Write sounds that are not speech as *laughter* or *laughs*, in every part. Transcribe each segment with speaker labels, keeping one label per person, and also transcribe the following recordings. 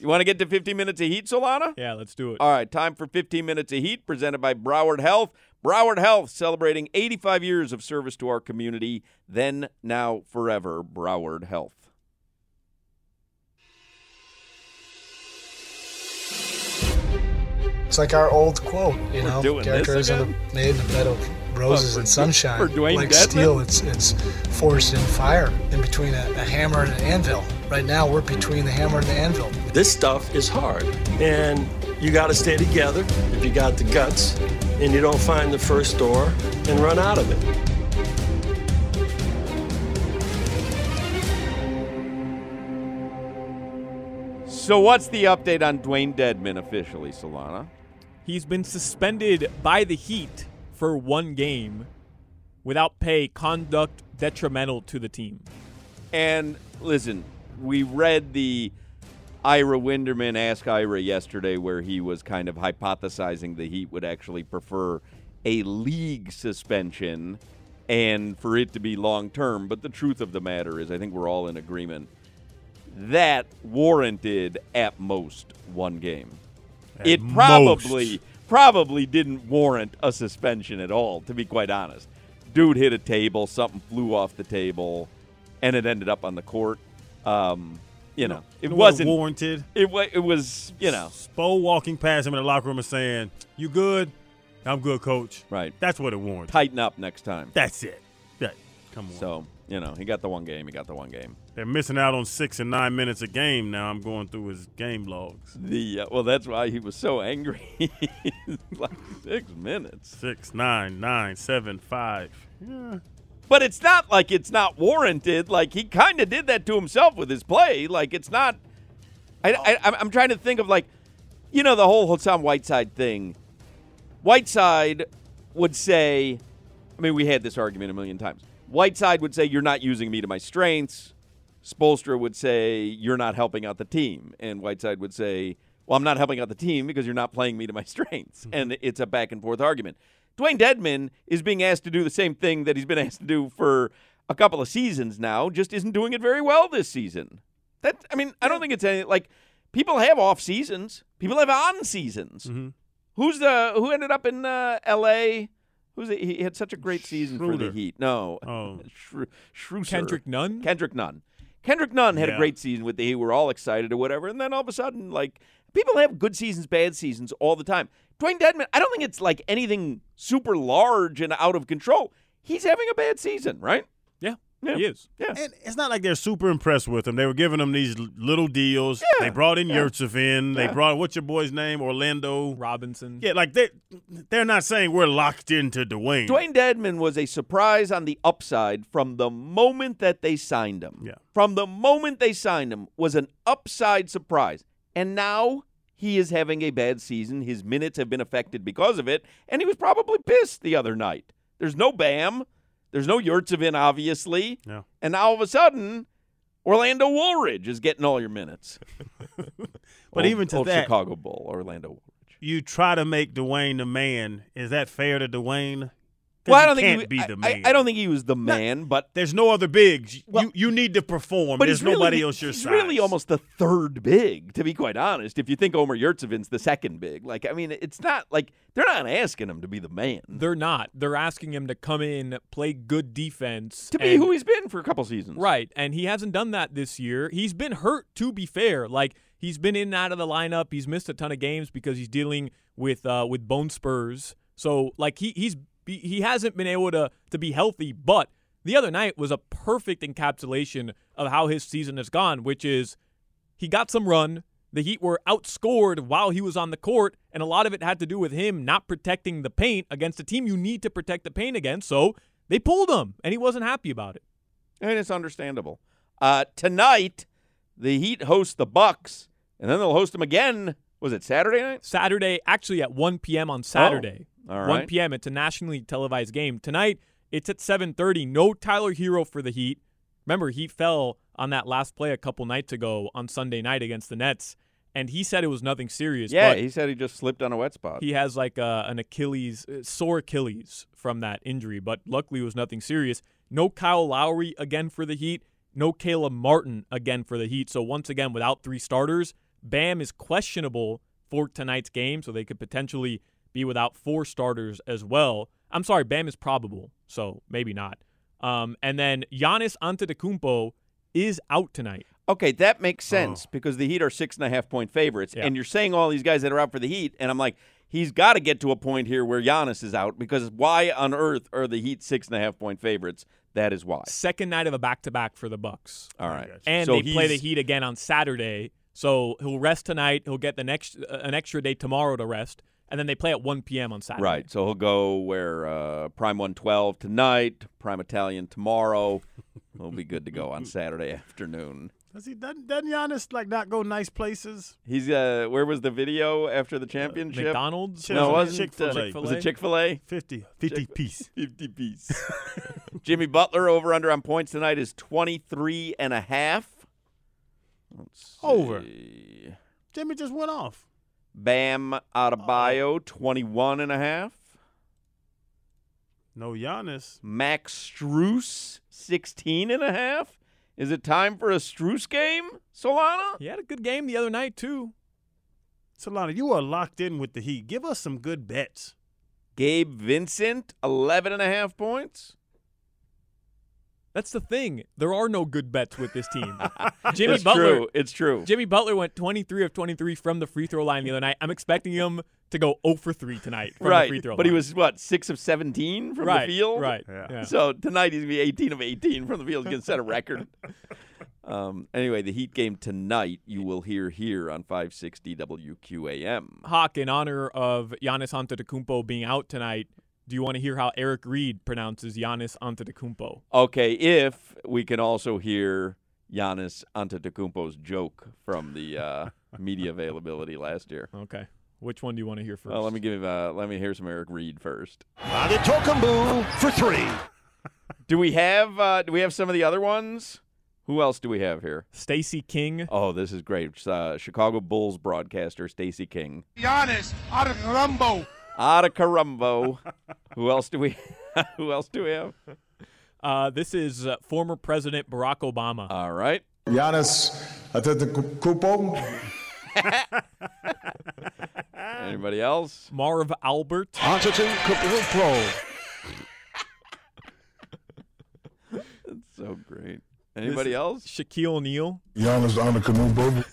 Speaker 1: You want to get to 15 minutes of heat, Solana?
Speaker 2: Yeah, let's do it.
Speaker 1: All right, time for 15 minutes of heat presented by Broward Health. Broward Health celebrating 85 years of service to our community, then, now, forever. Broward Health.
Speaker 3: It's like our old quote, you know,
Speaker 1: doing this
Speaker 3: characters in the,
Speaker 1: again?
Speaker 3: made in a bed of roses
Speaker 1: for-
Speaker 3: and sunshine.
Speaker 1: for Dwayne
Speaker 3: like
Speaker 1: Dedman?
Speaker 3: steel, it's it's forged in fire, in between a, a hammer and an anvil. Right now, we're between the hammer and the anvil.
Speaker 4: This stuff is hard, and you got to stay together if you got the guts and you don't find the first door and run out of it.
Speaker 1: So, what's the update on Dwayne Dedman officially, Solana?
Speaker 2: He's been suspended by the Heat for one game without pay, conduct detrimental to the team.
Speaker 1: And listen, we read the Ira Winderman Ask Ira yesterday, where he was kind of hypothesizing the Heat would actually prefer a league suspension and for it to be long term. But the truth of the matter is, I think we're all in agreement that warranted at most one game. it probably probably didn't warrant a suspension at all, to be quite honest. Dude hit a table, something flew off the table, and it ended up on the court. Um, you know, it
Speaker 5: No one
Speaker 1: wasn't
Speaker 5: warranted.
Speaker 1: It wa- it was you know
Speaker 5: Spo walking past him in the locker room and saying, "You good? I'm good, coach."
Speaker 1: Right.
Speaker 5: That's what it warranted.
Speaker 1: tighten up next time.
Speaker 5: That's it. That, come on.
Speaker 1: So you know he got the one game. He got the one game.
Speaker 5: They're missing out on six and nine minutes a game now. I'm going through his game logs.
Speaker 1: The uh, well, that's why he was so *laughs* angry. like six minutes.
Speaker 5: Six, nine, nine, seven, five. Yeah.
Speaker 1: But it's not like it's not warranted. Like he kind of did that to himself with his play. Like it's not. I, I I'm- I'm trying to think of like, you know, the whole Hassan Whiteside thing. Whiteside would say, I mean, we had this argument a million times. Whiteside would say, "You're not using me to my strengths." Spolstra would say, "You're not helping out the team," and Whiteside would say, "Well, I'm not helping out the team because you're not playing me to my *laughs* strengths." And it's a back and forth argument. Dwayne Dedman is being asked to do the same thing that he's been asked to do for a couple of seasons now. Just isn't doing it very well this season. That I mean, I don't think it's any like people have off seasons. People have on seasons. Who's the who ended up in uh, L.A. Who's the, he had such a great season for the
Speaker 5: Schroeder.
Speaker 1: Heat? No, *laughs*
Speaker 5: Oh.
Speaker 1: Shrew- Shrewsser.
Speaker 2: Kendrick Nunn?
Speaker 1: Kendrick Nunn. Kendrick Nunn had a
Speaker 5: Yeah.
Speaker 1: great season with the Heat. We're all excited or whatever, and then all of a sudden, like people have good seasons, bad seasons all the time. Dwayne Dedman, I don't think it's like anything super large and out of control. He's having a bad season, right?
Speaker 2: Yeah,
Speaker 1: Yeah.
Speaker 2: he is.
Speaker 1: Yeah.
Speaker 5: And it's not like they're super impressed with him. They were giving him these l- little deals. They brought in Yurtsev in. They brought what's your boy's name? Orlando.
Speaker 2: Robinson.
Speaker 5: Yeah, like they they're not saying we're locked into Dwayne.
Speaker 1: Dwayne Dedman was a surprise on the upside from the moment that they signed him.
Speaker 5: Yeah.
Speaker 1: From the moment they signed him was an upside surprise. And now he is having a bad season. His minutes have been affected because of it, and he was probably pissed the other night. There's no Bam. There's no Yurtsevin, obviously.
Speaker 5: No.
Speaker 1: And now all of a sudden, Orlando Woolridge is getting all your minutes.
Speaker 5: But
Speaker 1: Old-
Speaker 5: even to
Speaker 1: old
Speaker 5: that,
Speaker 1: Chicago Bull, Orlando Woolridge.
Speaker 5: you try to make Dwayne the man. Is that fair to Dwayne? 'Cause
Speaker 1: Well, I
Speaker 5: he
Speaker 1: don't think
Speaker 5: can't
Speaker 1: he,
Speaker 5: be
Speaker 1: I-
Speaker 5: the
Speaker 1: I-
Speaker 5: man.
Speaker 1: I, don't think he was the man, but
Speaker 5: There's no other bigs.
Speaker 1: Well-
Speaker 5: you you need to perform. There's
Speaker 1: he's really-
Speaker 5: nobody else your
Speaker 1: he's
Speaker 5: size.
Speaker 1: really almost the third big, to be quite honest. If you think Omer Yurtsevin's the second big, like I mean, it's not like they're not asking him to be the man.
Speaker 2: They're not. They're asking him to come in, play good defense.
Speaker 1: to be
Speaker 2: and-
Speaker 1: who he's been for a couple seasons,
Speaker 2: Right, and he hasn't done that this year. He's been hurt, to be fair. Like he's been in and out of the lineup. He's missed a ton of games because he's dealing with uh, with bone spurs. So like he he's he hasn't been able to to be healthy. But the other night was a perfect encapsulation of how his season has gone, which is he got some run. The Heat were outscored while he was on the court, and a lot of it had to do with him not protecting the paint against a team you need to protect the paint against. So they pulled him, and he wasn't happy about it.
Speaker 1: And it's understandable. Uh, tonight, the Heat host the Bucks. and then they'll host them again. Was it Saturday night?
Speaker 2: Saturday, actually at 1 p.m. on Saturday.
Speaker 1: all right.
Speaker 2: 1 p.m. It's a nationally televised game. Tonight, it's at 7:30. No Tyler Hero for the Heat. Remember, he fell on that last play a couple nights ago on Sunday night against the Nets, and he said it was nothing serious.
Speaker 1: Yeah,
Speaker 2: but
Speaker 1: he said he just slipped on a wet spot.
Speaker 2: he has like uh an Achilles, uh, sore Achilles from that injury, but luckily it was nothing serious. No Kyle Lowry again for the Heat. No Caleb Martin again for the Heat. So once again, without three starters, Bam is questionable for tonight's game, so they could potentially be without four starters as well. I'm sorry, Bam is probable, so maybe not. Um, and then Giannis Antetokounmpo is out tonight.
Speaker 1: Okay, that makes sense because the Heat are six and a half point favorites,
Speaker 2: Oh. Yeah.
Speaker 1: and you're saying all these guys that are out for the Heat, and I'm like, he's got to get to a point here where Giannis is out because why on earth are the Heat six and a half point favorites? That is why.
Speaker 2: Second night of a back-to-back for the Bucks.
Speaker 1: All right,
Speaker 2: and
Speaker 1: So
Speaker 2: they play the
Speaker 1: he's-
Speaker 2: Heat again on Saturday. So he'll rest tonight. He'll get the next uh, an extra day tomorrow to rest, and then they play at 1 p.m. on Saturday.
Speaker 1: Right, so he'll go where uh, Prime One Twelve tonight, Prime Italian tomorrow. He'll be good to go on Saturday *laughs* afternoon.
Speaker 5: Does he doesn't, doesn't Giannis like not go nice places?
Speaker 1: He's uh, where was the video after the championship?
Speaker 2: Uh, McDonald's.
Speaker 1: No, it wasn't
Speaker 5: Chick-fil-A.
Speaker 1: uh, was it Chick Fil A?
Speaker 5: 50, 50
Speaker 1: *laughs*
Speaker 5: piece.
Speaker 1: 50 piece. *laughs* Jimmy Butler over under on points tonight is 23 and a half. Let's
Speaker 5: Over.
Speaker 1: see.
Speaker 5: *laughs* Jimmy just went off.
Speaker 1: Bam Adebayo 21 and a half.
Speaker 5: No Giannis.
Speaker 1: Max Struess 16 and a half. Is it time for a Struess game, Solana?
Speaker 2: He had a good game the other night too.
Speaker 5: Solana, you are locked in with the Heat. Give us some good bets. *laughs*
Speaker 1: Gabe Vincent 11 and a half points.
Speaker 2: That's the thing. There are no good bets with this team.
Speaker 1: *laughs*
Speaker 2: Jimmy
Speaker 1: it's
Speaker 2: Butler.
Speaker 1: true. It's true.
Speaker 2: Jimmy Butler went 23 of 23 from the free throw line the other night. I'm expecting him to go 0 for 3 tonight from
Speaker 1: right.
Speaker 2: the free throw
Speaker 1: but he
Speaker 2: line.
Speaker 1: was what, 6 of 17 from
Speaker 2: right,
Speaker 1: the field?
Speaker 2: Right.
Speaker 5: Yeah.
Speaker 2: yeah.
Speaker 1: So tonight he's gonna be 18 of 18 from the field. He's gonna set a record. Um, anyway, the Heat game tonight you will hear here on 560 WQAM.
Speaker 2: Hawk, in honor of Giannis Antetokounmpo being out tonight, do you want to hear how Eric Reed pronounces Giannis Antetokounmpo?
Speaker 1: Okay, if we can also hear Giannis Antetokounmpo's joke from the uh, media availability last year.
Speaker 2: Okay. Which one do you want to hear first?
Speaker 1: Well, let me give him, uh, let me hear some Eric Reed first.
Speaker 6: Antetokounmpo for three.
Speaker 1: Do we have uh, do we have some of the other ones? Who else do we have here?
Speaker 2: Stacy King.
Speaker 1: Oh, this is great. Uh, Chicago Bulls broadcaster Stacy King.
Speaker 6: Giannis Antetokounmpo.
Speaker 1: Ada Carumbo. who else do we? *laughs* who else do we have?
Speaker 2: Uh, this is uh, former President Barack Obama.
Speaker 1: All right.
Speaker 7: Giannis Antetokounmpo.
Speaker 1: Anybody else?
Speaker 2: Marv Albert.
Speaker 1: Uh.
Speaker 6: Antetokounmpo.
Speaker 1: So great. Anybody else?
Speaker 2: Shaquille O'Neal.
Speaker 7: Giannis Antetokounmpo.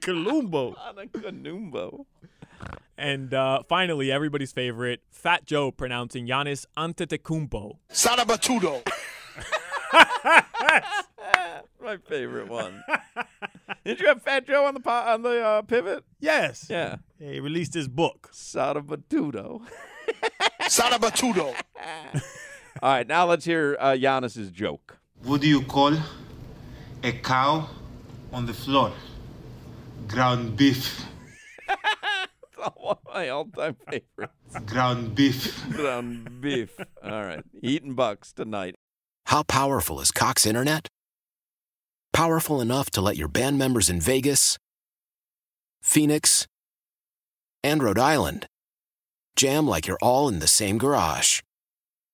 Speaker 5: Columbo.
Speaker 1: Ada Canumbo.
Speaker 2: And uh, finally, everybody's favorite, Fat Joe pronouncing Giannis Antetokounmpo.
Speaker 6: Sadabatudo.
Speaker 1: My favorite one. Did you have Fat Joe on the po- on the uh, pivot?
Speaker 5: Yes.
Speaker 1: Yeah.
Speaker 5: He released his book.
Speaker 1: Sada Batuto.
Speaker 6: Sadabatudo.
Speaker 1: All right, now let's hear uh, Giannis's joke. *laughs*
Speaker 8: What do you call a cow on the floor? Ground beef.
Speaker 1: One of my all-time favorites.
Speaker 8: Ground beef.
Speaker 1: *laughs* Ground beef. All right, eating bucks tonight.
Speaker 9: How powerful is Cox Internet? Powerful enough to let your band members in Vegas, Phoenix, and Rhode Island jam like you're all in the same garage.